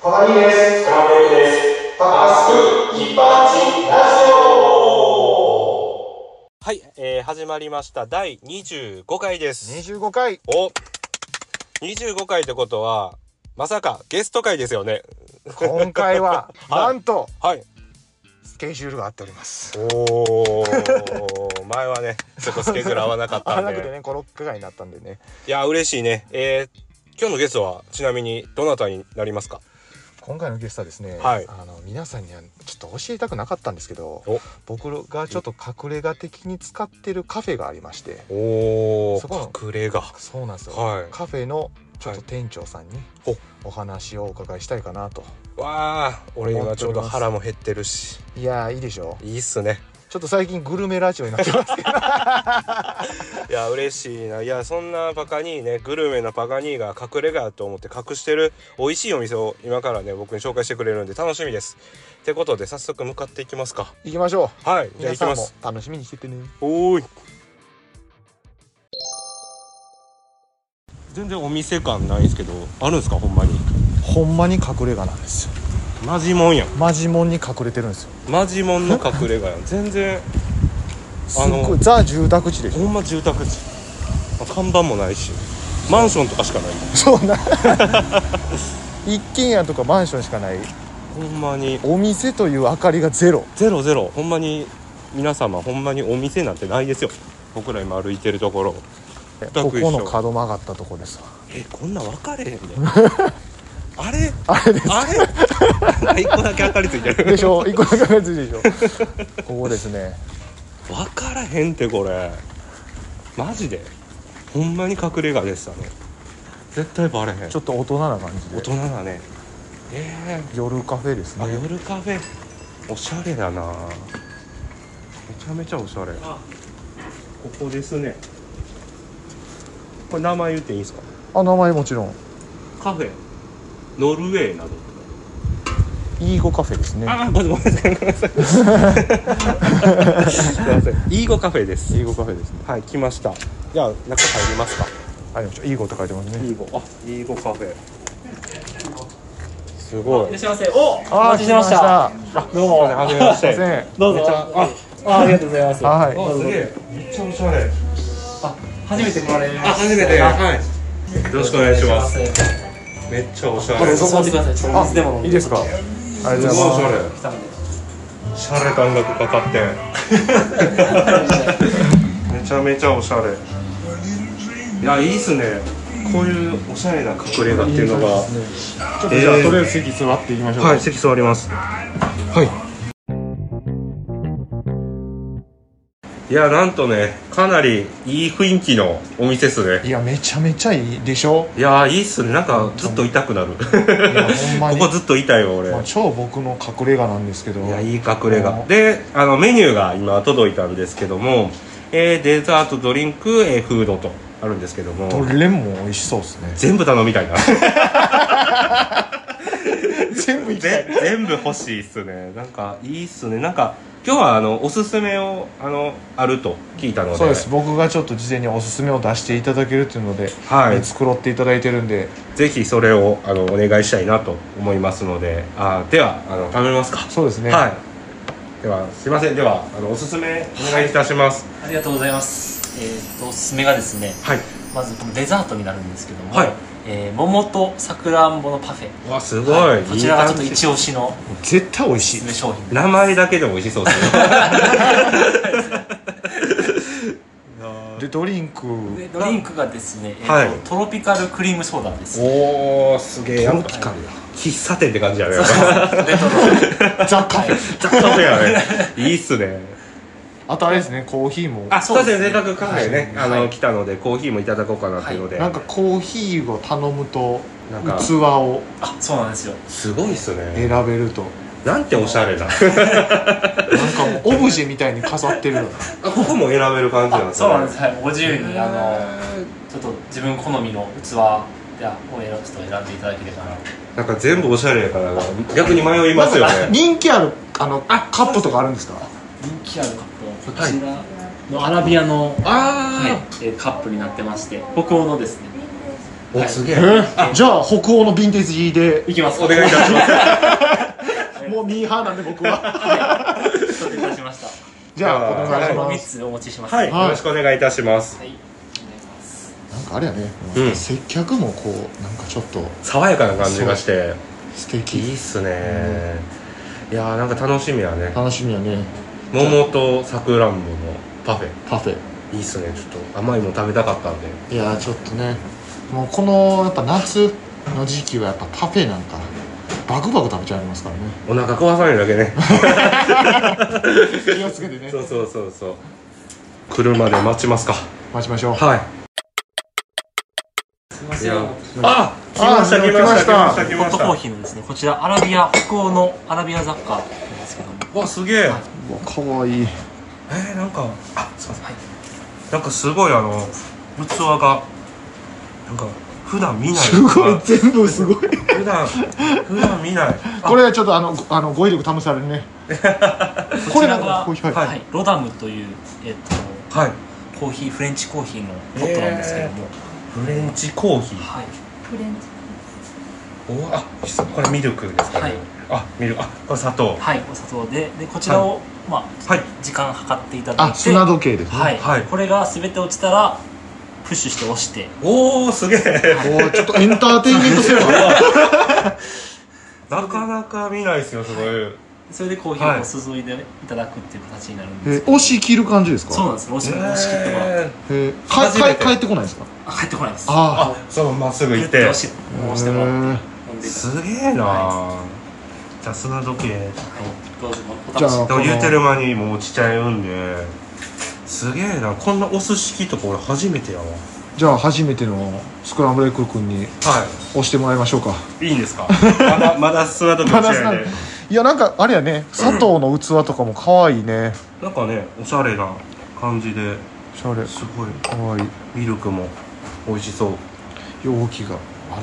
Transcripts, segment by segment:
小谷です。スクランブルです。パス一般人ラジオはい、えー、始まりました。第25回です。 25回。お !25 回ってことは、まさかゲスト回ですよね。今回は、 はいなんと、はい。スケジュールが合っております。おー。前はね、ちょっとスケジュール合わなかっ合わたんなで。くてね、この区外になったんでね。いや、嬉しいね。えー、今日のゲストは、ちなみに、どなたになりますか今回のゲストはですね、はいあの皆さんにはちょっと教えたくなかったんですけどお、僕がちょっと隠れ家的に使ってるカフェがありまして、おそこのー、隠れが。そうなんですよ。はいカフェのちょっはとい店長さんにおお話をお伺いしたいかなと。わあ、俺今ちょうど腹も減ってるし、いやーいいでしょう。いいっすね。ちょっと最近グルメラジオになっ てますけど。いや嬉しいないやそんなパカニーねグルメなパカニーが隠れ家だと思って隠してる美味しいお店を今からね僕に紹介してくれるんで楽しみですってことで早速向かっていきますか行きましょう。はいじゃあ皆行きさまんもす楽しみにしててね。おーい全然お店感ないんですけどあるんですかほんまにほんまに隠れ家なんですよマジモンやんマジモンに隠れてるんですよマジモンの隠れ家 やん全然すあのっごいザ住宅地で しほんま住宅地あ看板もないしマンションとかしかないょそうな一軒家とかマンションしかないほんまにお店という明かりがゼロゼロゼロほんまに皆様ほんまにお店なんてないですよ僕ら今歩いてるところ全こく一緒この角曲がったとこですわえこんなん分かれへ んねあれあれですあれ なんか一個だけ明かりついてるで しょ一個だけ別でしょここですね分からへんってこれマジでほんまに隠れ家でしたね絶対バレへんちょっと大人な感大じで人だねえ夜カフェですー、あね夜カフェおしゃれだなめちゃめちゃおしゃれここですねこれ名前言っていいですかあ名前もちろんカフェノルウェーなどイーゴカフェで すねああごめんなさいごめんなさいすいません イーゴカフェですイーゴカフェですねはい来ましたじゃあ中入りますかありましたイーゴって書いてますイねーゴあイーゴカフェすごいらいっしゃいませ。お、おあ待ちしてました。どうも。はじめましすいませてんどうぞ。あ、あありがとうございます。はいどうぞ。めっちゃおしゃれ初めて来られまあ初めてはいよろしくお願いしますす。めっちゃおしゃどれうすぞごい座ってください。ちょっとお水でも飲んいで。いですかありがとうおございますしゃれ来たんで。シャレ感覚かかってめちゃめちゃおしゃれいやいいっすねこういうおしゃれな隠れ家っていうのがちょっとじゃあ、とりあえず席座っていきましょうかはい席座りますはいいやなんとねかなりいい雰囲気のお店っすねいやめちゃめちゃいいでしょいやいいっすねなんかずっと痛くなるいやほんまこにこずっと痛いよ俺まあ、超僕の隠れ家なんですけどいやいいい隠れう家んであのメニューが今届いたんですけども、えーデザートドリンク、えーフードとあるんですけどどもれも美味しそうですね全部頼みたいな全部いぜ全部欲しいっすねなんかいいっすねなんか今日はあのおすすめをあのあると聞いたのでそうです僕がちょっと事前におすすめを出していただけるっていうので、はい見繕っていただいてるんでぜひそれをあのお願いしたいなと思いますのであーではあの食べますかそうですね、はいではすいませんではあのおすすめお願いいたしますありがとうございます。えーっとおすすめがですね、はいまずこのデザートになるんですけども、はいえー桃とさくらんぼのパフェ。わすごい、はいこちらがちょっといい感じ一押しの絶対美味おしすいすめ商品で。名前だけでも美味しそうですねでドリンクでドリンクがですね、えーっとはいトロピカルクリームソーダ です。おおす げえトロピカルや喫茶店って感じやねレトロザカフェ雑貨店やねいいっすねあとあれですねコーヒーもあそそううでですすねねせっかくカフェね、はいあの、はい来たのでコーヒーもいただこうかなというので、なんかコーヒーを頼むとなんか器をあ、そうなんですよ。すごいっすね選べるとなんておしゃれななんかもうオブジェみたいに飾ってるようなあここも選べる感じなんあ、ですそねうなんです。はい、ご自由にあへーの。ちょっと自分好みの器でを選ちょっと選んでいただければななんか全部おしゃれやから逆に迷いますよなんかね人気あるあのカップとかあるんですか人気あるカップはこちらのアラビアの、あはいえーカップになってまして北欧のですねおはいすげえじゃあ北欧のヴィンテージでいきますお願いいたします。 もうミーハーなんで僕はす承知いたしま した じゃあおはい願いしま3すつお持ちしますはい、はいよろしくお願いいたします。はいお願いしますなんかあれやねうん接客もこうなんかちょっと爽やかな感じがして、素い敵いっすね。いやーなんか楽しみやね。楽しみやね桃とさくらんぼのパフェ。パフェいいっすね。ちょっと甘いもの食べたかったんで。いやーちょっとねもうこのやっぱ夏の時期はやっぱパフェなんかバクバク食べちゃいます からねお腹壊さないだけね。気をつけてねそうそうそうそう。車で待ちますか。待ちましょうはい。すいまいせんやあ来あました来ました来ました来ホまッしトコーた。ヒーのですねこちらアラビア北欧のアラビア雑貨なんですけどもわすげえ。うわかわいいえー、なんかあすいませんはいなんかすごいあの器がなんか普段見ないすごい全部すごい普段普段見ないこれはちょっとあのごあの語彙力試される ねこれなんかこちらがはいははいロダムというえっはいとコーヒーフレンチコーヒーのポットなんですけどもフレンチコーヒーはいフレンチおあひさこれミルクですかね、はいあミルクあこれ砂糖はいお砂糖ででこちらをまあはい時間測っていただいあて砂時計ですねはい、はいこれが全て落ちたらプッシュして押しておおすげえおーちょっとエンターテインメント性はなかなか見ないですよすごい、それでコーヒーを注いでいただくっていう形になるんえですけど、押し切る感じですかそうなんです押し押し切ってもらってえーえーか初めてか帰ってこないですかあ帰ってこないですああそのまっすぐギ行ュッってて押し押してもらってへー飲んでいただすげえな、じゃあ砂時計くはいどうぞおじゃ楽しみあでも言うてる間にもう落ちちゃうんですげえなこんなお寿司器とか俺初めてやわじゃあ初めてのスクランブルエッグ君には押してもらいましょうかいいいんですかま だまだ砂時計落ちないでいやなんかあれやね佐藤の器とかも可愛いねなんかねおしゃれな感じでおしゃれすごい可愛いミルクも美味しそう容器が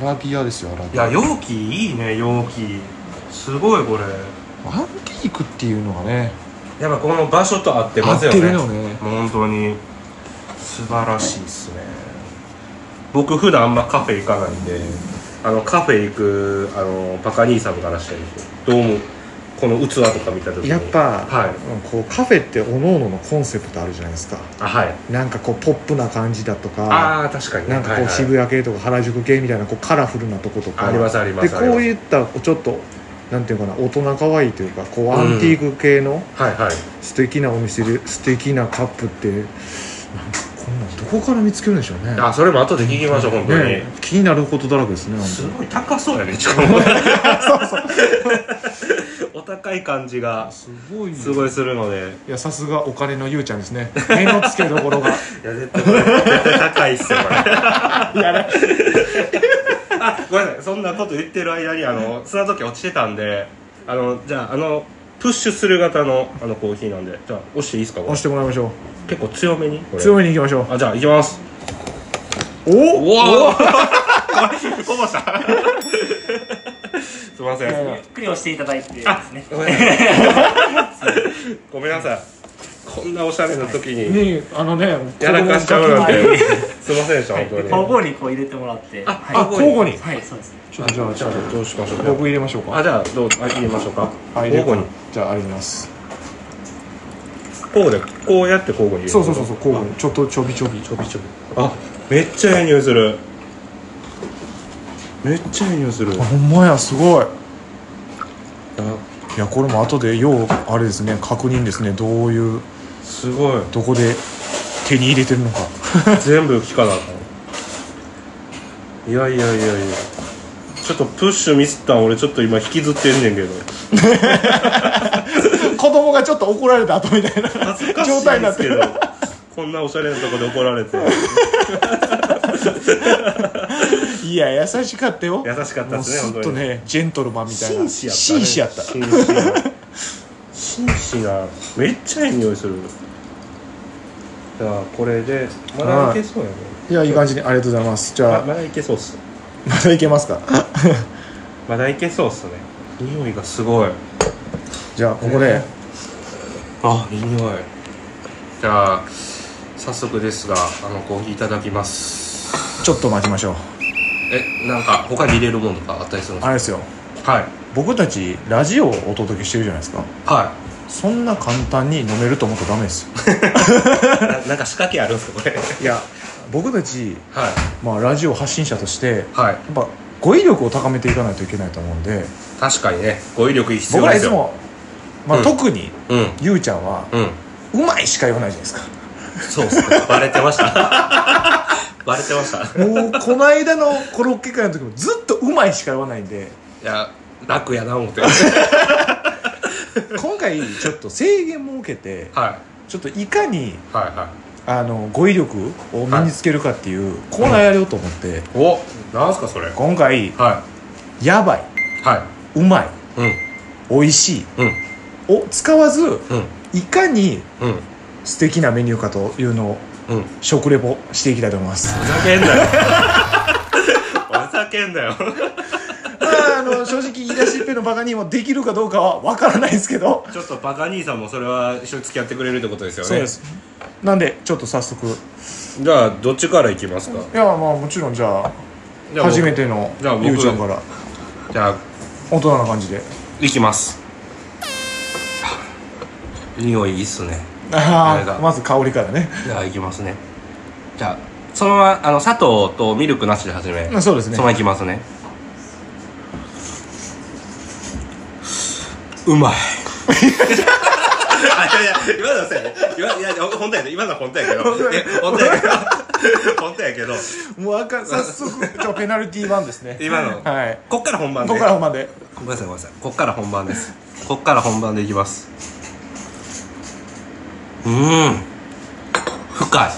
アラビアですよアラいビアや容器いいね容器すごいこれアンティークっていうのがねやっぱこの場所と合って合まっすよてねるよねもう本当に素晴らしいっすね僕普段あんまカフェ行かないんであのカフェ行くあのパカ兄さんからしてどうもこの器とか見た時にやっぱ、はいこうカフェっておのののコンセプトあるじゃないですかあはいなんかこうポップな感じだとかああー確かにねなんかこう渋谷系とか原宿系みたいなこうカラフルなとことかありますありますでこういったこうちょっとなんていうかな大人可愛いというかこうアンティーク系のはいはいはい素敵なお店で素敵なカップってなんかこんなんどこから見つけるんでしょうねあそれも後で聞きましょう本当に、ね気になることだらけですねす本ごい高そうやね しかも お高い感じ当がにすごいすごいするのでいやさすがお金のゆうちゃんですね目の付けどころがいや絶対これ絶対高いっすよこれやらあごめんなさいそんなこと言ってる間にあの砂時計落ちてたんであのじゃああのプッシュする型のあのコーヒーなんでじゃあ押していいですかこれ 押してもらいましょ結構強めにこうれ強めにいきましょうあじゃあいきますおおおお これこぼしたすいませんやゆっくり押していただいてですね ごめんなさいごめんなさいこんなおしゃれな時にねあのねやらかしちゃうなん子供のてすいませんでしたはい本当でに交互にこう入れてもらってあは交互にいはいそうですねちょっとじゃあじじゃゃああどうしましょう僕入れましょうかあじゃあどうあ入れましょうかはい交互にじゃああります交互でこうやって交互に入れるそうそうそうそう交互にちょっとちょびちょびちょびちょびあめっちゃいい匂いするめっちゃいい匂いするあほんまやすごいいやこれも後でようあれですね確認ですねどういうすごいどこで手に入れてるのか 全部木かなあかんいやいやいやいやちょっとプッシュミスったん俺ちょっと今引きずってんねんけど子供がちょっと怒られた後みたいな 恥ずかしい状態にでなすっけてどるこんなおしゃれなとこで怒られていや優しかったよ優しかったもでうすすねっ本と当にねジェントルマンみたいな紳士やったね紳士紳士やったや紳士がめっちゃいい匂いするじゃあこれでまだいけそうやねいやいい感じにありがとうございますじま ゃあまだいけそうっすまだいけますかまだいけそうっすね匂いがすごいじゃあここであいい匂いじゃあ早速ですがあのコーヒーいただきますちょっと待ちましょうえなんか他に入れるものとかあったりするんであれですよすかはい僕たちラジオをお届けしてるじゃないですかはそんな簡単に飲めると思ったらダメですよい ななんか仕掛けあるんですかこれいや僕たち、はいまあ、ラジオ発信者としてやっはいぱ語彙力を高めていかないといけないと思うんで確かにね語彙力必僕要らでいすつよも、まあうん特にうんゆうちゃんはうん「うまい」しか言わないじゃないですかそうっすねバレてました バレてましたいもうこの間のコロッケ会の時もずっと「うまい」しか言わないんでや楽やな思って今回ちょっと制限設けてはいちょっといかにはいはあの語彙力を身につけるかっていうコーナーやろうと思っていおなんすかそれはい今回「やばい」は「うまい」いうん「おいしいうん」を使わずうんいかにうん素敵なメニューかというのをうん食レポしていきたいと思いますふざけんな よふざけんなよまああの正直言い出しっぺのバカにもできるかどうかは分からないですけどちょっとバカ兄さんもそれは一緒に付き合ってくれるってことですよねすなんでちょっと早速いじゃあどっちから行きますかやまあもちろんじゃあじゃあ僕初めてのじゃあ僕ゆうちゃんからじゃあ大人な感じで行きます匂いいいっすねあれあだあまず香りからねじゃあ行きますねじゃあそのままあの砂糖とミルクなしで始め、うんそうですねそのままいきますねうまい あいやいや今のはそうやね今いや本当やね今のは本当やけどいや本当やけど本当やけどもうあかん早速ちょペナルティー版ですね今のはいこっから本番でここからまでごめんなさいごめんなさいこっから本番ですこっから本番でいきますうーん深い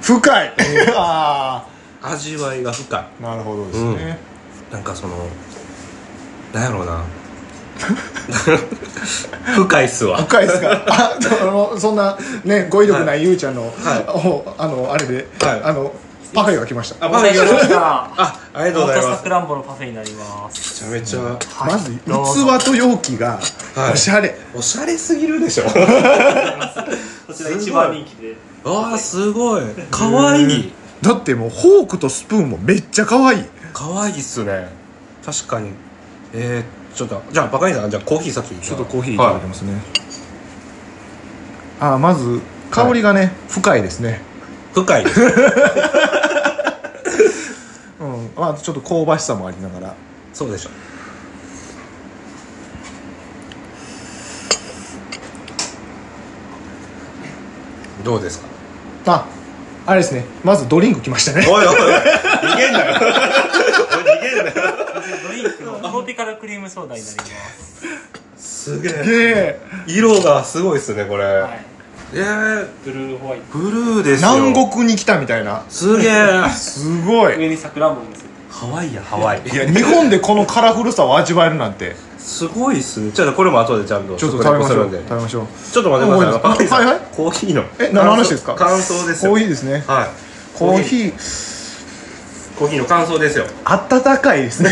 深い あ味わいが深いあなるほどですね、なんかそのなんやろ うな深いっすわ深いですか あのそんなね語彙力ないゆうちゃんの、おあのあれで、はいあのパフェが来ましたあまだいいよたあありがとうございまさすくらんぼのパフェになりますめちゃめちゃまず器どうぞと容器がはいおしゃれ、おしゃれすぎるでしょこちら一番人気で わあすごいかわいいだってもうフォークとスプーンもめっちゃ可愛いかわいいっすね確かにえー、ちょっとじゃあバカにさんじゃあコーヒー先ちちょっとコーヒーいただきますね、あまず香りがね、深いですね深いですう んまあちょっと香ばしさもありながらそうでしょどうですかああれですねまずドリンク来ましたねおいおいおい逃げんなよ おい逃げんなよドリンクのトロピカルクリームソーダになりますすげ えで色がすごいっすねこれ、はいえー、ブルーホワイトブルーですよ南国に来たみたいなすげえすごい上にさくらんぼのせてハワイやハワイいや日本でこのカラフルさを味わえるなんてすごいっすねちょっとこれも後でちゃんとちょっと食べましょう食レポす食るんでべましょうちょっと待ってくださいあのパクリさんはいはいコーヒーのえ何の話ですか感想ですよコーヒーですねはいコーヒーコーヒーの感想ですよ温かいですね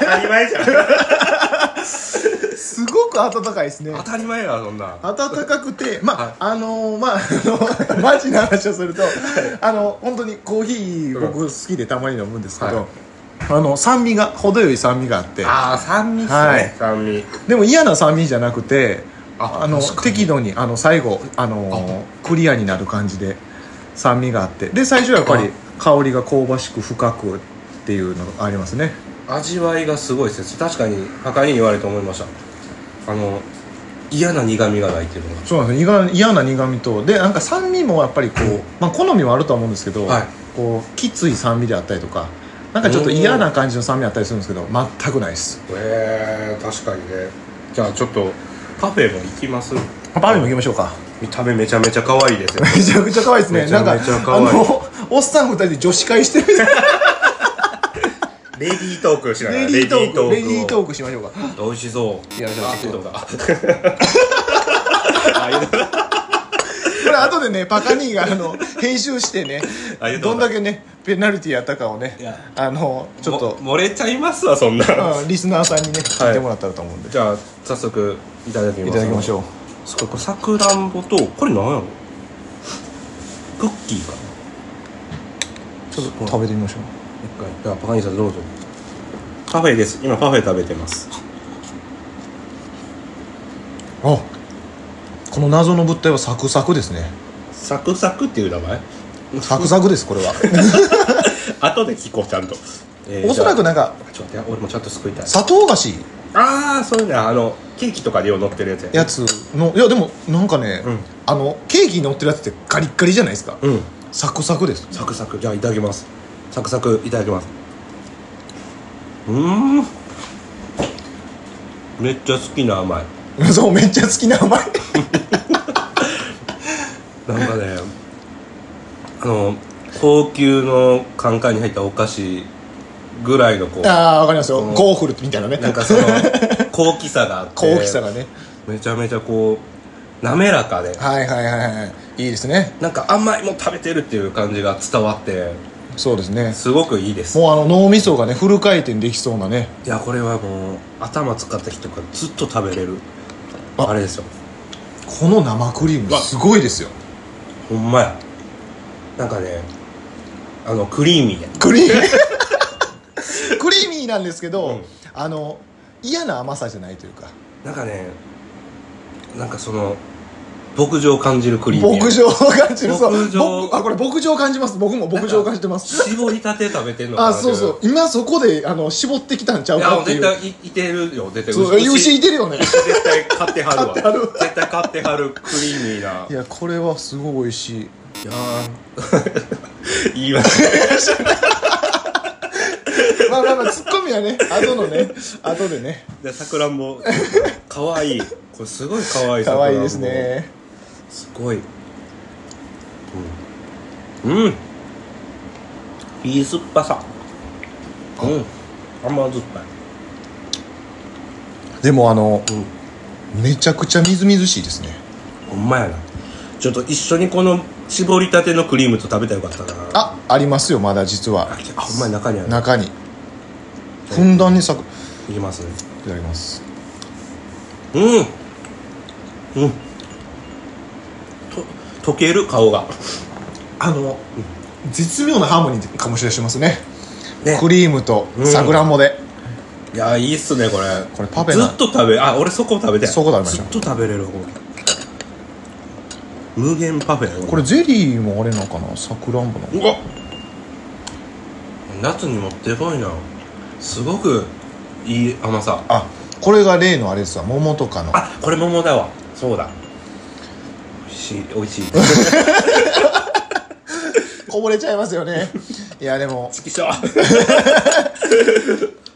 当たり前じゃんすごく温かいですね当たり前やそんな暖かくて、まあ、はあいのーまあ、あの、 マジな話をすると、あの、本当にコーヒー、うん僕好きでたまに飲むんですけど、はいあの、酸味が、程よい酸味があって、ああ酸味っすね、はい酸味でも嫌な酸味じゃなくて、ああの、確かに適度に、あの、最後、あのークリアになる感じで、酸味があって、で、最初はやっぱり香りが香ばしく深くっていうのがありますね。味わいがすごいですね確かに他に言われて思いましたあの嫌な苦味がないっていうのそうなんですよ苦嫌な苦味とでなんか酸味もやっぱりこう、まあ、好みはあるとは思うんですけど、はいこうきつい酸味であったりとかなんかちょっと嫌な感じの酸味あったりするんですけど全くないですがへえ確かにねじゃあちょっとパフェも行きますパフェもいきましょうか見た目めちゃめちゃ可愛いですよ めちゃくちゃ可愛いですねめちゃめちゃ可愛いなんかあのおっさん二人で女子会してるレディートークしながらレディートークレディートーークしましょうかクを美味しそういやじゃあちょっとあどうだこれ後でねパカニーがあの編集してねありがとどうんござだいますけねペナルティやったかをねいやあのちょっと、も漏れちゃいますわそんなうんリスナーさんにね聞いてもらったらと思うんで、じゃあ早速いただきますい、ただきましょうすごいこれさくらんぼとこれなんやろクッキーかなちょっと食べてみましょう回じゃあパカニーさんどうぞパフェです今パフェ食べてますあこの謎の物体はサクサクですねサクサクっていう名前サクサクですこれは後で聞こうちゃんと、えーおそらくじゃなんかあちょっと待って俺もちゃんと救いたい砂糖菓子ああそういうのあのケーキとかでよう乗ってるやつややつのいやでもなんかね、うんあのケーキに乗ってるやつってガリッガリじゃないですか、うんサクサクです サクサクじゃあいただきますサクサクいただきますうーんめっちゃ好きな甘いそうめっちゃ好きな甘いなん かねあの高級のカンカンに入ったお菓子ぐらいのこうああわかりますよ、うんゴーフルみたいなねな んかその高貴さがあって高貴さがね、めちゃめちゃこう滑らかではいはいはいはいいいですねなんか甘いもん食べてるっていう感じが伝わってそうですねすごくいいですもうあの脳みそがねフル回転できそうなねいやこれはもう頭使った人がずっと食べれるああれですよこの生クリームすごいですよほんまやなんかねあのクリーミーやクリーミー クリーミーなんですけど、うんあの嫌な甘さじゃないというかなんかねなんかその牧場を感じるクリーミーや牧場を感じるそう牧場僕あこれ牧場を感じます僕も牧場を感じてます絞りたて食べてんのかなあそうそう今そこであの絞ってきたんちゃいうやかってい絶う対いいてるよ絶対そう牛いてるよね絶対買ってはるわ買ってはる絶対買ってはるクリーミ ーないやこれはすごい美味しいいやー言いましたまあまあまあツッコミはね後のね後でねでさくらんぼかわいいこれすごいかわいい可愛いですねすごいうん、うん、いい酸っぱさうん甘酸っぱいでもあの、めちゃくちゃみずみずしいですねほんまやなちょっと一緒にこの絞りたてのクリームと食べたらよかったなあありますよまだ実はあほんまに中にある中にふんだんにさくいいきますねただきますうんうんと溶ける顔があの絶妙なハーモニーかもしれしますねねクリームとうんさくらんぼで、いやいいっすねこれこれパフェずなっと食べあ俺そこ食べてそこ食べましずょうっと食べれる方無限パフェだよこれゼリーもあれなのかなさくらんぼのうわ夏にもってこいなすごくいい甘さあこれが例のあれですわ桃とかのあこれ桃だわそうだ美味しい美味しいこぼれちゃいますよ ねいやでも好きそう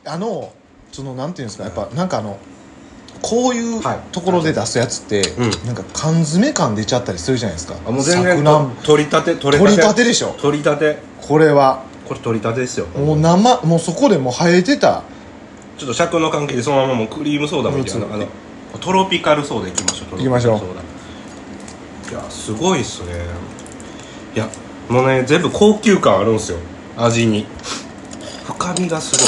あのそのなんていうんですかやっぱなんかあのこういうはいところで出すやつって、うんなんか缶詰感出ちゃったりするじゃないですかあもう全さく然らんぼ取りたて取取りたてでしょ取りたてこれはこれ取りたてですよもう生もうそこでもう生えてたちょっと尺の関係でそのままもうクリームソーダもいいやフルーあツのトロピカルソーダいきましょうトロピカルソーダいやすごいっすねいやもうね全部高級感あるんすよ味に深みがすごい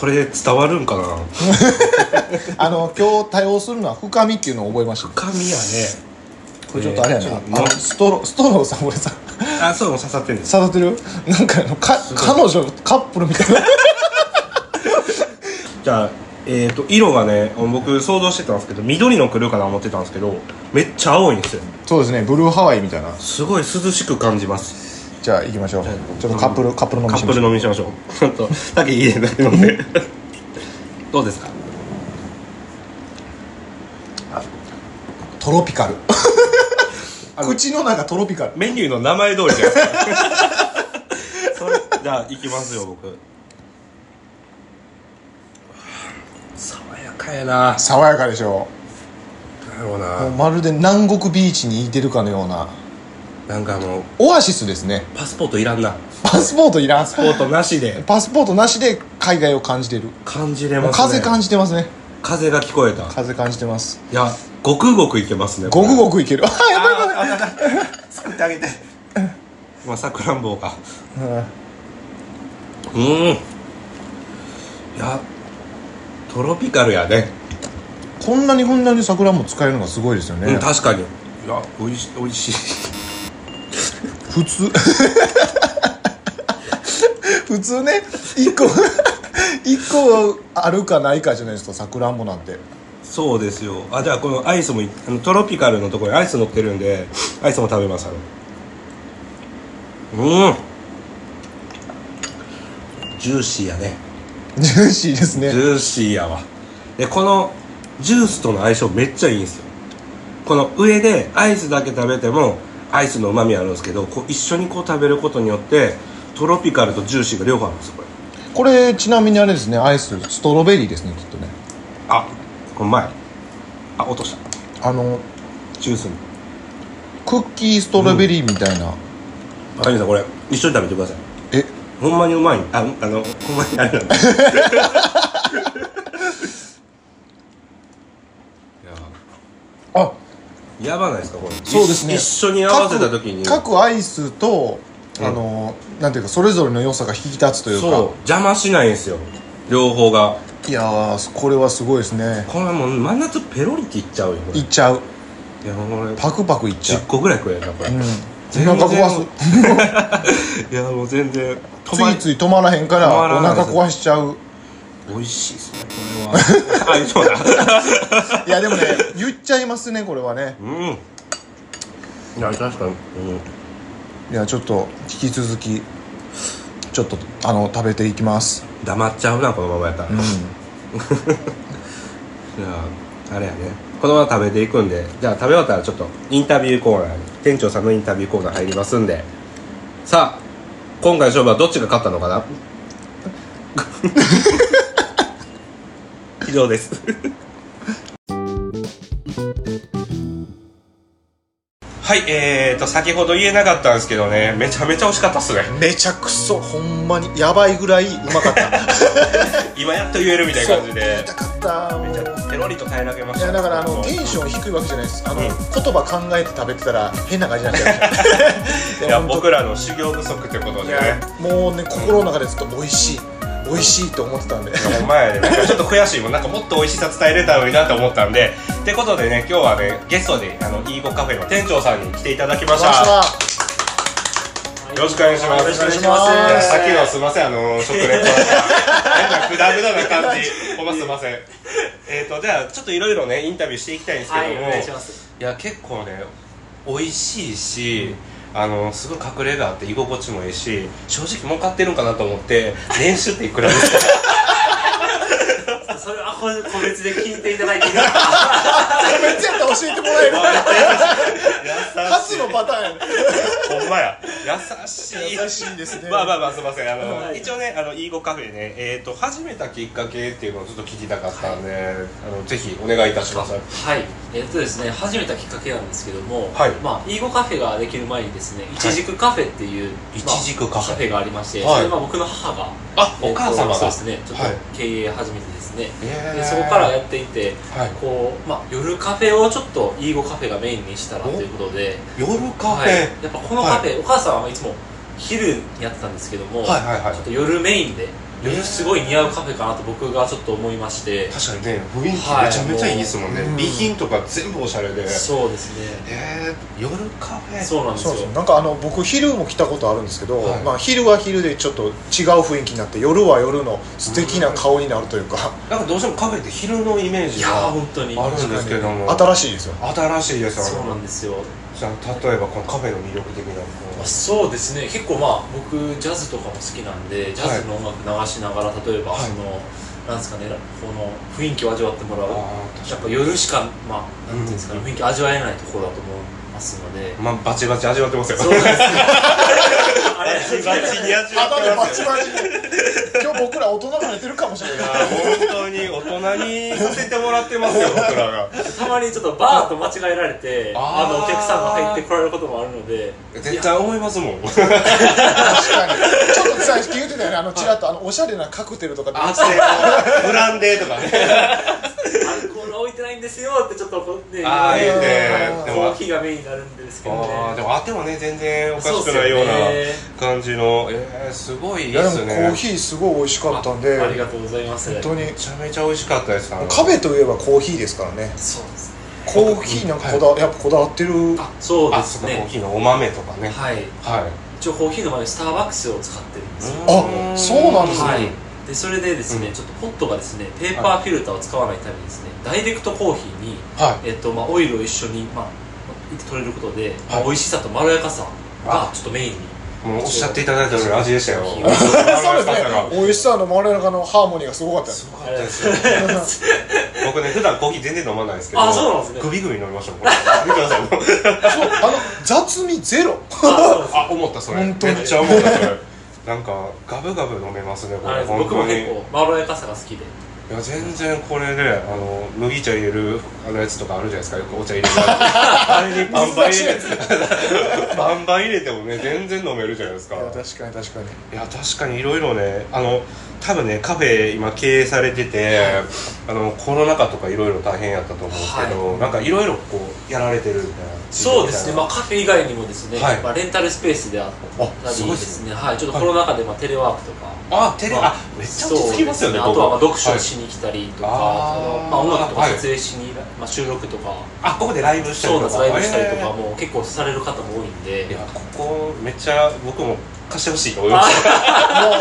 これで伝わるんかなあの今日対応するのは深みっていうのを覚えました深みやねこれちょっとあれやな、えーちょっとあのストローストローさん俺さあそうもう 刺さってんです触ってるなんかあのか彼女カップルみたいな じゃあえー、と色がね僕想像してたんですけど緑の来るかな思ってたんですけどめっちゃ青いんですよそうですねブルーハワイみたいなすごい涼しく感じますじゃあ行きましょうちょっとカップルカップル飲みカしッまプしルょう飲みしましょうちょっとだけ家で飲んでどうですかトロピカル口の中トロピカルメニューの名前通りじゃないですかそれじゃあ行きますよ僕爽やかやな爽やかでしょだろもううなまるで南国ビーチにいてるかのようななんかもうオアシスですねパスポートいらんなパスポートいらんパスポートなしでパスポートなしで海外を感じてる感じれもうますね風感じてますね風が聞こえた風感じてますいやごくごくいけますねごくごくいけるあやばいやばいあああ作ってあげてまあさくらんぼうかうんうんいやトロピカルやねこんなにふんだんに桜も使えるのがすごいですよね、うん確かにいやおいし おいしい普通 普通ね一個 一個あるかないかじゃないですかさくらんぼなんてそうですよあじゃあこのアイスもいあのトロピカルのところにアイス乗ってるんでアイスも食べますあのうんジューシーやねジューシーですジねューシーやわでこのジュースとの相性めっちゃいいんですよこの上でアイスだけ食べてもアイスのうまみあるんですけどこう一緒にこう食べることによってトロピカルとジューシーが両方あるんですよこれこれちなみにあれですねアイスストロベリーですねきっとねあこの前あ落としあのたジュースにクッキーストロベリーみたいな、あゆみさんこれ一緒に食べてくださいえほんまにうまいああのほんまにあれ なんだいあややばないですかこれそうですね一緒に合わせた時に各各アイスとあの、なんていうかそれぞれの良さが引き立つというかそう邪魔しないんですよ両方がいやーこれはすごいですねこれもう真夏ペロリっていっちゃうよこれいいっちゃうやこれパクパクいっちゃう10個ぐらい食えるなこれ、うんいお腹壊すやもう全然止まついつい止まらへんか止まらおらないで腹す壊しちゃう美味しいですねこれ はあそう だいやでもね言っちゃいますねこれはねうんいや確かに、うんいやちょっと引き続きちょっとあの食べていきます黙っちゃうなこのままやったら、うん じゃああれやねこのまま食べていくんでじゃあ食べ終わったらちょっとインタビューコーナーに店長さんのインタビューコーナー入りますんでさあ今回の勝負はどっちが勝ったのかな 以上ですはいえー、と先ほど言えなかったんですけどねめちゃめちゃ惜しかったっすねめちゃくそほんまにやばいぐらいうまかった今やっと言えるみたいな感じで痛かったもめうちゃペロリと平らげましいたやだからあものうテンション低いわけじゃないですあの、うん言葉考えて食べてたら変な感じになっちゃう いや僕らの修行不足ってこといでやねもうね心の中でずっと美味しい美味しいと思ってたんでお前なんかちょっと悔しいもんなんかもっと美味しさ伝えれたのになと思ったんでってことでね今日はねゲストであのイーゴカフェの店長さんに来ていただきましたよろしくお願いしますよろしくお願いしますやさっきのすいませんあの食レポなんか変なグダグダな感じほんますいませんえっ、とじゃあちょっといろいろねインタビューしていきたいんですけどはい、も、お願いします。いや結構ね美味しいし、あのすごい隠れがあって居心地もいいし正直儲かってるんかなと思って年収っていくらですか それは個別で聞いていただいていいですかめっちゃやったら教えてもらえる初優のパターンやねしいほんまや優しい優しいですねまあまあまあすいませんあの、はい一応ねあのイーゴカフェねえっ、と始めたきっかけっていうのをちょっと聞きたかったんで、あのぜひお願いいたしますはい、えっとですね、始めたきっかけなんですけども、はいまあ、イーゴカフェができる前にですね、いちじくカフェっていう、いまあいちじくカフェがありまして、はいそれは僕の母が、えあっとお母様がそうですね、ちょっはいと経営始めてですね、へーでそこからやっていて、はいこう、まあ、夜カフェをちょっとイーゴカフェがメインにしたらということで、夜カフはい、やェ、っぱこのカフェ、お母さんはいつも昼にやってたんですけども、はい、はいはいちょっと夜メインで、夜すごい似合うカフェかなと僕がちょっと思いまして、確かにね雰囲気めはいちゃめちゃいいですもんね、もう備品とか全部おしゃれでそうですね。えー、夜カフェそうなんですそよう。そうなんかあの僕昼も来たことあるんですけど、はいまあ、昼は昼でちょっと違う雰囲気になって夜は夜の素敵な顔になるというか、なんかどうしてもカフェって昼のイメーいジやーが本当にあるんですけども新しいですよ新しいですそようねなんですよじゃあ例えばこのカフェの魅力的なまあこそうですね結構まあ僕ジャズとかも好きなんでジャズの音楽流しながら例えばはいその、なんですかねこの雰囲気を味わってもらううやあー確かっぱ夜しかまあなんていうんですかね、うん雰囲気味わえないところだと思いますので、にまあバチバチ味わってますよそうなんです ねあれバチバチに味わって頭でまバすチよバチで今日僕ら大人が寝てるかもしれないいやー本当に大人にさせてもらってますよ僕らがたまにちょっとバーと間違えられてああーのお客さんが入ってこられることもあるので絶対思いますもん確かにちょっと最初言ってたよねあのちらっとあのおしゃれなカクテルとかであってブランデーとかねアルコール置いてないんですよってちょっとこうねああいいねーでコもーヒーがメインになるんですけどねあーでもあってもね全然おかそうしっくすよないねような感じのえー、すごいいいいでやですもコねーヒーすごい美味しかったんでありが本とうございます当にめちゃめちゃ美味しかったですあのカフェといえばコーヒーですからねそうですね コーヒーなんかこだわやっぱこだわってるあそうであすそうかコーねヒーのお豆とかねはいはい一応コーヒーの場合スターバックスを使ってるんですよあそうなんですねはいでそれでですね、ちょっとポットがですねペーパーフィルターを使わないためにですね、ダイレクトコーヒーに、はえっとまあ、オイルを一緒に、まあ、取れることで、まあはい美味しさとまろやかさがちょっとメイン にもうおっしゃっていただいたような味でした よ。そうそうですね美味しさのまろやかのハーモニーがすごかったですそうだったですよ僕ね、普段コーヒー全然飲まないんですけど、あそうなんですねグビグビ飲みましたもん、これ。見てくださいもう。そうあの雑味ゼロあ、思った、それ。め本っ当にちゃ思った、それ。なんか、ガブガブ飲めますね、こあれ。れ僕も本当に結構まろやかさが好きでいや全然これで、あの麦茶入れるあのやつとかあるじゃないですかよくお 茶入れるあれにバンバン入れてバンバン入れてもね全然飲めるじゃないですかいやい確かに確かにや確かにいろいろねあの多分ねカフェ今経営されててあのコロナ禍とかいろいろ大変やったと思うんですけど、なんかいろいろこうやられてるみたいなそうですね、ままあ、カフェ以外にもですね、はいまあ、レンタルスペースであったりあすごいでですすねはい、ちょっとコロナ禍でまあテレワークとか、あテレまあめっちゃ落ち着きますよねそうであとはまあここ読書をしに来たりとか、あーあのまあ、音楽とかはい撮影しに、まあ、収録とか、あここでライブしたりそうとなかんですライブしたりとえかーも結構される方も多いんで、いやここめっちゃ僕も貸してほしいと思いましたもう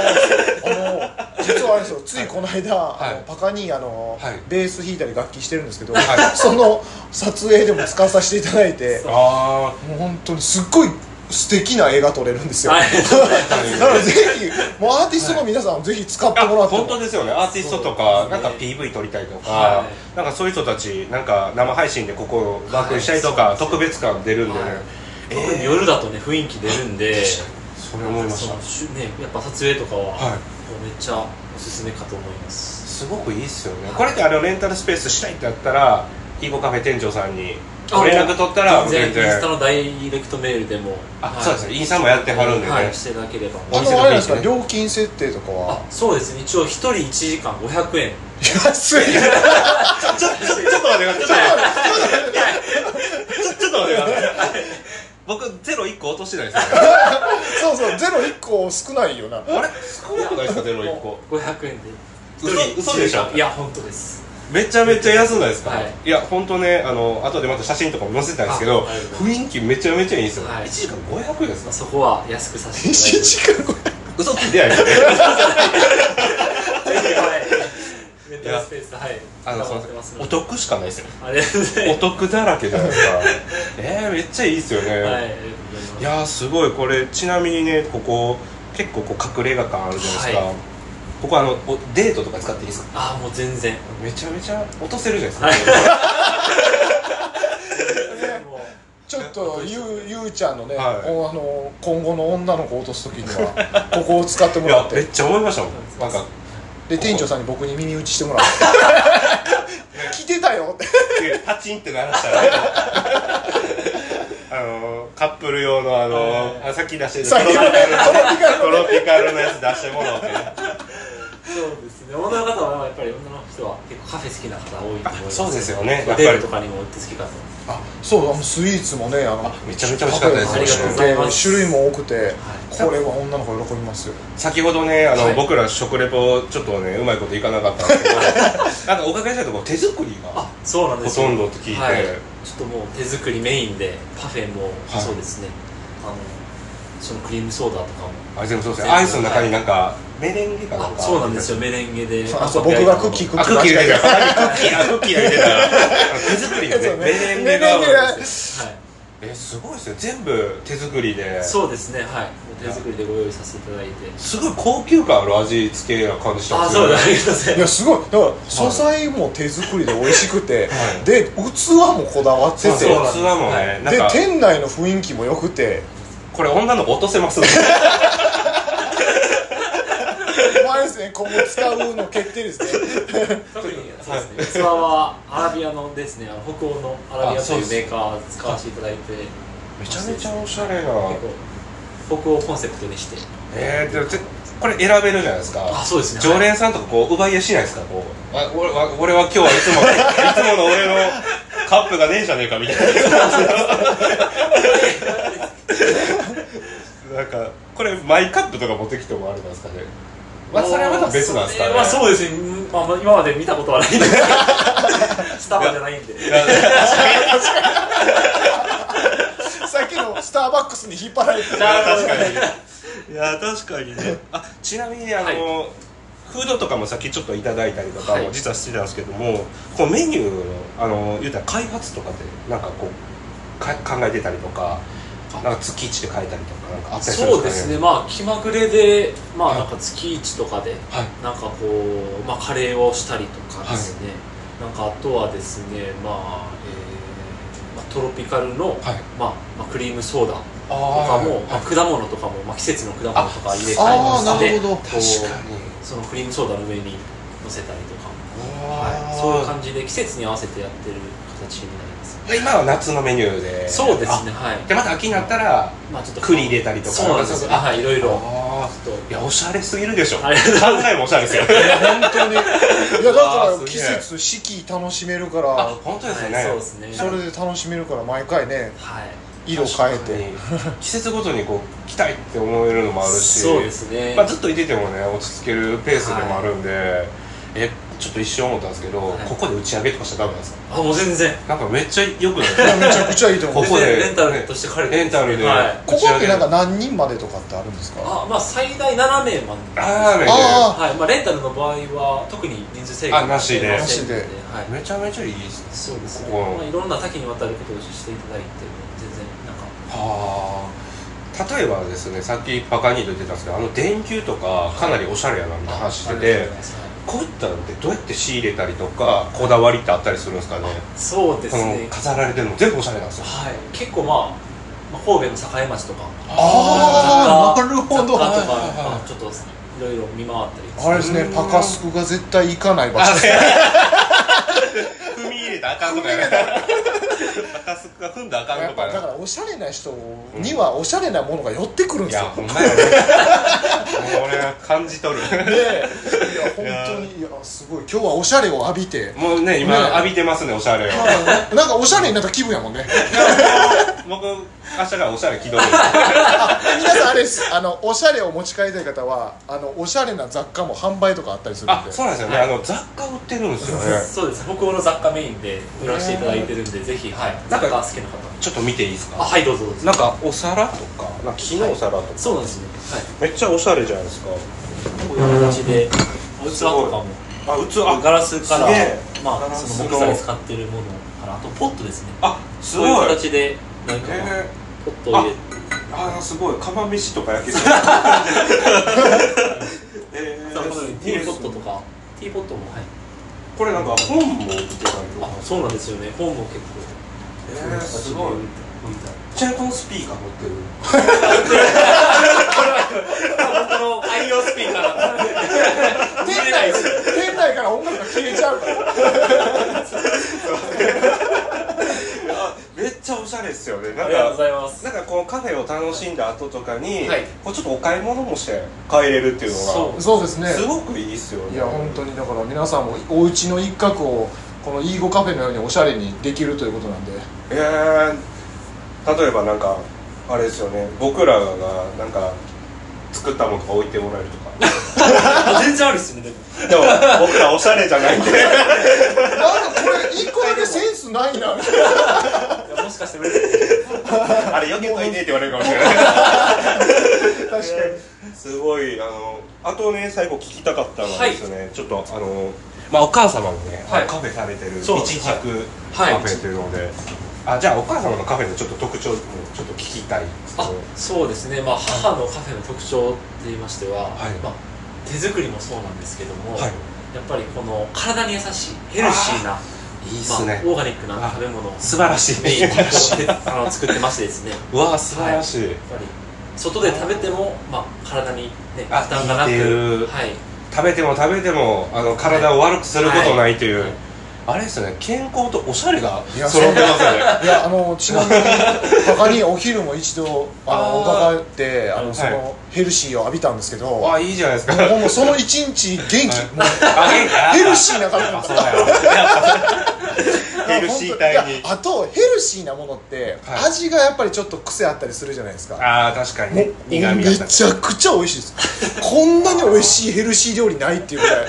あの実はあれですよついこの間、いあのパカにあの、はいベース弾いたり楽器してるんですけど、はいその撮影でも使わさせていただいてああもう本当にすっごい素敵な映画撮れるんですよ、はい なのでぜひもうアーティストの皆さん、ぜひ使ってあもらって本当ですよねアーティストとか、そうでなすんねか PV 撮りたいとか、はなんかそういう人たちなんか生配信でここバックにしたりとか、はい特別感出るんでね、はい特に夜だとね雰囲気出るんで、それ思いましそたのしゅね、やっぱ撮影とかは、はいめっちゃおすすめかと思います。すごくいいっすよねこれってあのレンタルスペースしたいってやったらヒーコカフェ店長さんにあ連絡取ったら全全然インスタ然のダイレクトメールでも、あそうですねインスタもやってはるんでねはい、していただければ。おあ店ののあ雰囲気ねれなんですか料金設定とかあはそうですね一応一人1時間500円安いちょちょっと待ってくださいちょちょっと待ってください僕ゼロ一個落としてないですよねそうそうゼロ1個少ないよな あれ少なくないですかゼロ一個500円で嘘一人嘘でしょ一時間いや本当ですめちゃめちゃ安ないですか、、はいや本当ねあの後でまた写真とかも載せたんですけどあはい雰囲気めちゃめちゃいいんですよ、はい1時間500円ですかそこは安くさせていただいて1時間超え嘘ついてないですよねはいレンタルスペースはいあのすい頑張ってまますせのんでお得しかないですよありがとうございおま得だらけじゃないですかえー、めっちゃいいですよね、すはいありい、がとうございますやーすごいこれちなみにねここ結構こう隠れ家感あるじゃないですか、はいここあのおデートとか使っていいですかあもう全 然めちゃめちゃ落とせるじゃなはいいですか、もうちょっとゆうゆうちゃんのね、はいおあの今後の女の子を落とす時には ここを使ってい、もらやっめってちゃ思いましたもんなんかで店長さんに僕に耳打ちしても らって来てたよってでパチンって鳴らしたら あのカップル用のあの、あさっき出してるさっきのねトロピカルのやつ出してもらおうってそうですね女の方はやっぱり女の人は結構カフェ好きな方多いと思いますそうですよねやっぱりデートとかにも売って好きかとあそうあのスイーツもねあのめちゃめちゃ美味しかったですありがとうございます種類も多くて、これは女の子喜びますよ先ほどねあの、はい僕ら食レポちょっとねうまいこといかなかったんですけど なんかおかげしたところ手作りがあそうなんですよほとんどって聞いてはい、ちょっともう手作りメインでパフェも、はいそうですねあのそのクリームソーダとかもあでもそうですねアイスの中になんかメレンゲかなんあかそうなんですよメレンゲであそう僕がクッキー食あってクッキー入 れてるさらにクッキーあクッキー入れてたら 手作りでそねうねメレンゲがメレンゲがはいえすごいですね全部手作りでそうですねはいもう手作りでご用意させていただいてすごい高級感ある味付けな感じしたあんですよそうねだありがとうございいまやすすごいだから素材も手作りで美味しくて、はいで器もこだわってて、そうそう器もはね、なんでか店内の雰囲気も良くてこれ女の子落とせますねまあですね今後使うの決定ですね特にそうですね器はアラビアのですねあの北欧のアラビアあとそういでうすメーカーを使わせていただいてめちゃめちゃおしゃれな結構北欧コンセプトにしてえー、でもぜこれ選べるじゃないですかあそうですね常連さんとかこう奪い合いしないですかこうあ俺わ俺は今日はいつも いつもの俺のカップがねえじゃねえかみたいな なんかこれマイカップとか持ってきてもあれなんですかね まあそれはまた別なんですかねまあそうですね、うんまあ、まあ今まで見たことは ないんですけどスタバじゃないんでいやさっきのスターバックックスに引っ張ら れてなるほどねいや確かにねあちなみにあの、はいフードとかもさっきちょっといただいたりとかはもい実はしてたんですけども、こうメニューのあの言うたら開発とかでなんかこうか考えてたりとかなんか月一で変えたりとかなんかあったりするそんうでですすかねねまあ気まぐれでまはあいなんか月一とかで、はなんかこうまあカレーをしたりとかですね、なんかあとはですねまあ、えーまあ、トロピカルの、はいまあまあ、クリームソーダあとかも、ーまあ、果物とかも、まあ、季節の果物とか入れああな替えるまほどして確かにそのクリームソーダの上に乗せたりとか、あはーい、そういう感じで季節に合わせてやってる形になります、で今は夏のメニューでそうですあねはいでまた秋になったらまあちょっと栗入れたりとかそうなんですよあはいいろいろあちょっーいやおしゃれすぎるでしょ考ありがとうござ いますえもおしゃれですよ本当にいやだあかーすらげえ季節四季楽しめるかあら本当とですよね、はい、そうですねそれで楽しめるから毎回ねはい色変えて季節ごとにこう来たいって思えるのもあるしそうですね、まあ、ずっといててもね落ち着けるペースでもあるんで、えちょっと一瞬思ったんですけど、はいここで打ち上げとかしたらダメなんですかあもう全然なんかめっちゃ良くないですい やかめちゃくちゃいいと 思うここで全然レンタルとして借りてレンタルではい、ここってなんか何人までとかってあるんですかあまあ最大7名までラーメンであはいまあ、レンタルの場合は特に人数制限あなしでななしでしではい、めちゃめちゃいいですそうですね、ここまあ、いろんな多岐にわたることをしていただいて全然なんかはあ例えばですねさっきパカニーと言ってたんですけどあの電球とかかなりおしゃれやなみたいな話してあて、りがとうございますはいこういったのってどうやって仕入れたりとかこだわりってあったりするんですかねそうですこのね飾られてるの全部おしゃれなんですよはい結構まあ、まあ、神戸の栄町とかあーなるほど雑貨とか、はいはいはいまあ、ちょっといろいろ見回ったりあれですねパカスクが絶対行かない場所踏み入れたらあかんとかや高須が踏んだらあかんやとっぱかだからおしゃれな人にはおしゃれなものが寄ってくるんいですやよ、ほんまやねもう俺は感じ取るねえいや本当にいやすごい今日はおしゃれを浴び てもうね今ね浴びてますねおしゃれをなんかおしゃれになった気分やもんね僕明日からおしゃれ気取る皆さんあれですあのおしゃれを持ち帰りたい方はあのおしゃれな雑貨も販売とかあったりするんあでそうなんですよねはいあの雑貨売ってるんですよねそうです北欧の雑貨メインで売らせていただいてるんでぜひ、はい、なん雑か貨好きな方ちょっと見ていいですあかはいどうぞどうぞなんかお皿とかなんか木のお皿とかそうなんですねはいめっちゃおしゃれじゃないですかこういう形で器とかもあ器ガラスからすげえまガラあスその木材使ってるものからあとポットですねあすそうごいいう形でなんかまあえポットを入れてーあーすごい釜飯とか焼けそうえーそうこのようにティーポットとかティーポットもはいこれなんか本も売ってたりとかあそうなんですよね本も結構えーすごいちゃんとスピーカー持ってるこの海洋スピーカーなんで店内店内から音楽が消えちゃうからめっちゃおしゃれですよねあなんりがとうごかざいますなんかこのカフェを楽しんだ後とかに、はいこうちょっとお買い物もして帰れるっていうのがそうそうですねすごくいいっすよねいや本当にだから皆さんもお家の一角をこのイーゴカフェのようにおしゃれにできるということなんでえー例えばなんかあれですよね僕らがなんか作ったものとか置いてもらえるとかあ全然あるっすねでもでも僕らおしゃれじゃないんでなんかこれ一個だけセンスないなみたいないやもしかして売れてるあれよけといねって言われるかもしれない確かにすごいあのあとね最後聞きたかったのははいですね、ちょっとあのまあお母様もね、はいカフェされてるそう一軸カはいフェというので、あじゃあお母様のカフェのちょっと特徴もちょっと聞きたいんですけどあそうですねまあ母のカフェの特徴って言いましてははいまあ手作りもそうなんですけどもはいやっぱりこの体に優しいヘルシーなまあいいっすね、オーガニックな食べ物を素晴らしいメインにしてあの作ってましてですねやっうわ素晴らしい、ぱり外で食べても、まあ、体に、ね、負あ担がなくいいっていうはい、食べても食べてもあの体を悪くすることないという、はいあれですよね健康とおしゃれがいや揃ってますよねいやあのちなみに他にお昼も一度あの伺ってあのそはのヘルシーを浴びたんですけど、 あいいじゃないですかもうもうその一日元 気、もうあ元気あヘルシーな感じあそうやヘルシー体にいやあとヘルシーなものって、はい味がやっぱりちょっと癖あったりするじゃないですかああ確かにもねうめ苦味がちゃくちゃ美味しいですこんなに美味しいヘルシー料理ないっていうぐらい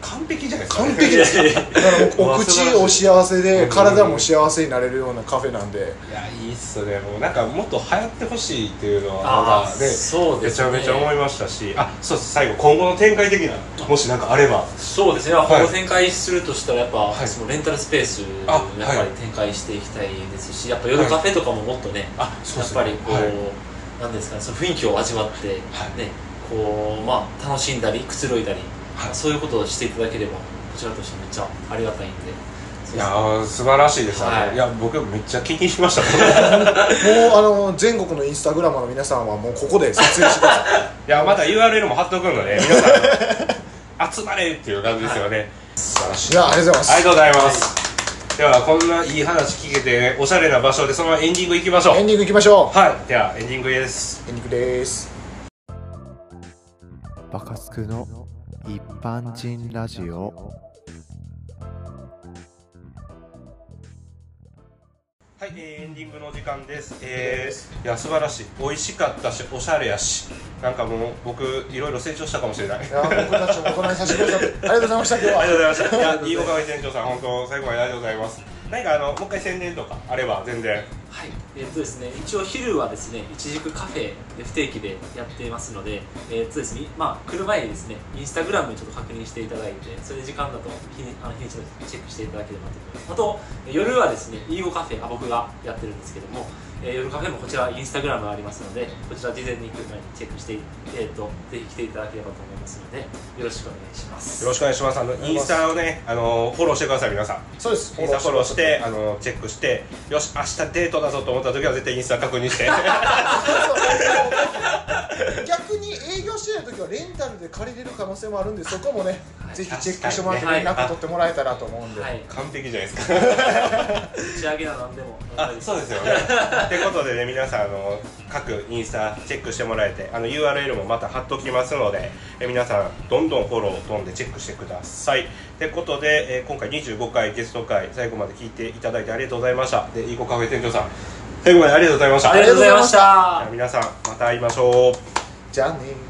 完璧じゃないで完璧ですいやいやいだからもうおまあ素晴ら口しいお幸せで体も幸せになれるようなカフェなんでいやいいっすねもうなんかもっと流行ってほしいっていうのはあなんあかねそうでめすちねゃめちゃ思いましたしあそうです最後今後の展開的なもしなんかあればそうですね、まあはいここ展開するとしたらやっぱ、いそのレンタルスペースあはをいやっぱり展開していきたいですし、やっぱ夜はいカフェとかももっとね、あそうやでっすぱねりこう、はいなんですかねその雰囲気を味わって、ねこうまあ、楽しんだりくつろいだり、はいそういうことをしていただければこちらとしてめっちゃありがたいんでそうですいねやー素晴らしいです、あのはいい、や僕めっちゃ気にしました もうあの全国のインスタグラマーの皆さんはもうここで撮影してくださいいやまた URL も貼っとくの で皆さん集まれっていう感じですよね、素晴らしいじゃあありがとうございますありがとうございます、ではこんないい話聞けておしゃれな場所でそのままエンディングいきましょうエンディングいきましょはいではエンディングですうエンディングですバカスクの一般人ラジオはい、えーエンディングの時間です。えー、いや素晴らしい。美味しかったし、おしゃれやし、なんかもう僕いろいろ成長したかもしれない。ありいやー僕たちも大人にさせてくださってありがとうございました今日はがとうございました。いや、飯岡会店長さん、本当最後までありがとうございます。なんかあのもう一回宣伝とかあれば全然。はい、えっとですね、一応昼はですね、いちじくカフェで不定期でやっていますので、えっとですね、まあ来る前にですね、インスタグラムちょっと確認していただいて、それで時間だと日にあの日にちょっとチェックしていただければと思います。あとえ夜はですね、イーゴカフェ、あ僕がやってるんですけども、えー夜カフェもこちらインスタグラムがありますので、こちら事前に来る前にチェックして、えっとぜひ来ていただければと思いますので、よろしくお願いします。よろしくお願いします。あのインスタをね、あのフォローしてください皆さん。そうですインスタフォローして、あのチェックして、よし明日デートだぞと思った時は絶対インスタ確認 して。逆に営業してない時はレンタルで借りれる可能性もあるんでそこもね、はいぜひチェックしてもらって連絡取ってもらえたらと思うんで、はい、完璧じゃないですか。仕上げは何でも何あでもそうですよ ね。ってことでね皆さんあの各インスタチェックしてもらえてあの URL もまた貼っときますのでえ皆さんどんどんフォロー飛んでチェックしてください。ってことで、えー今回25回ゲスト回最後まで聞いていただいてありがとうございました。でイーコカフェ店長さん最後までありがとうございました。ありがとうございました。皆さんまた会いましょう。じゃあねー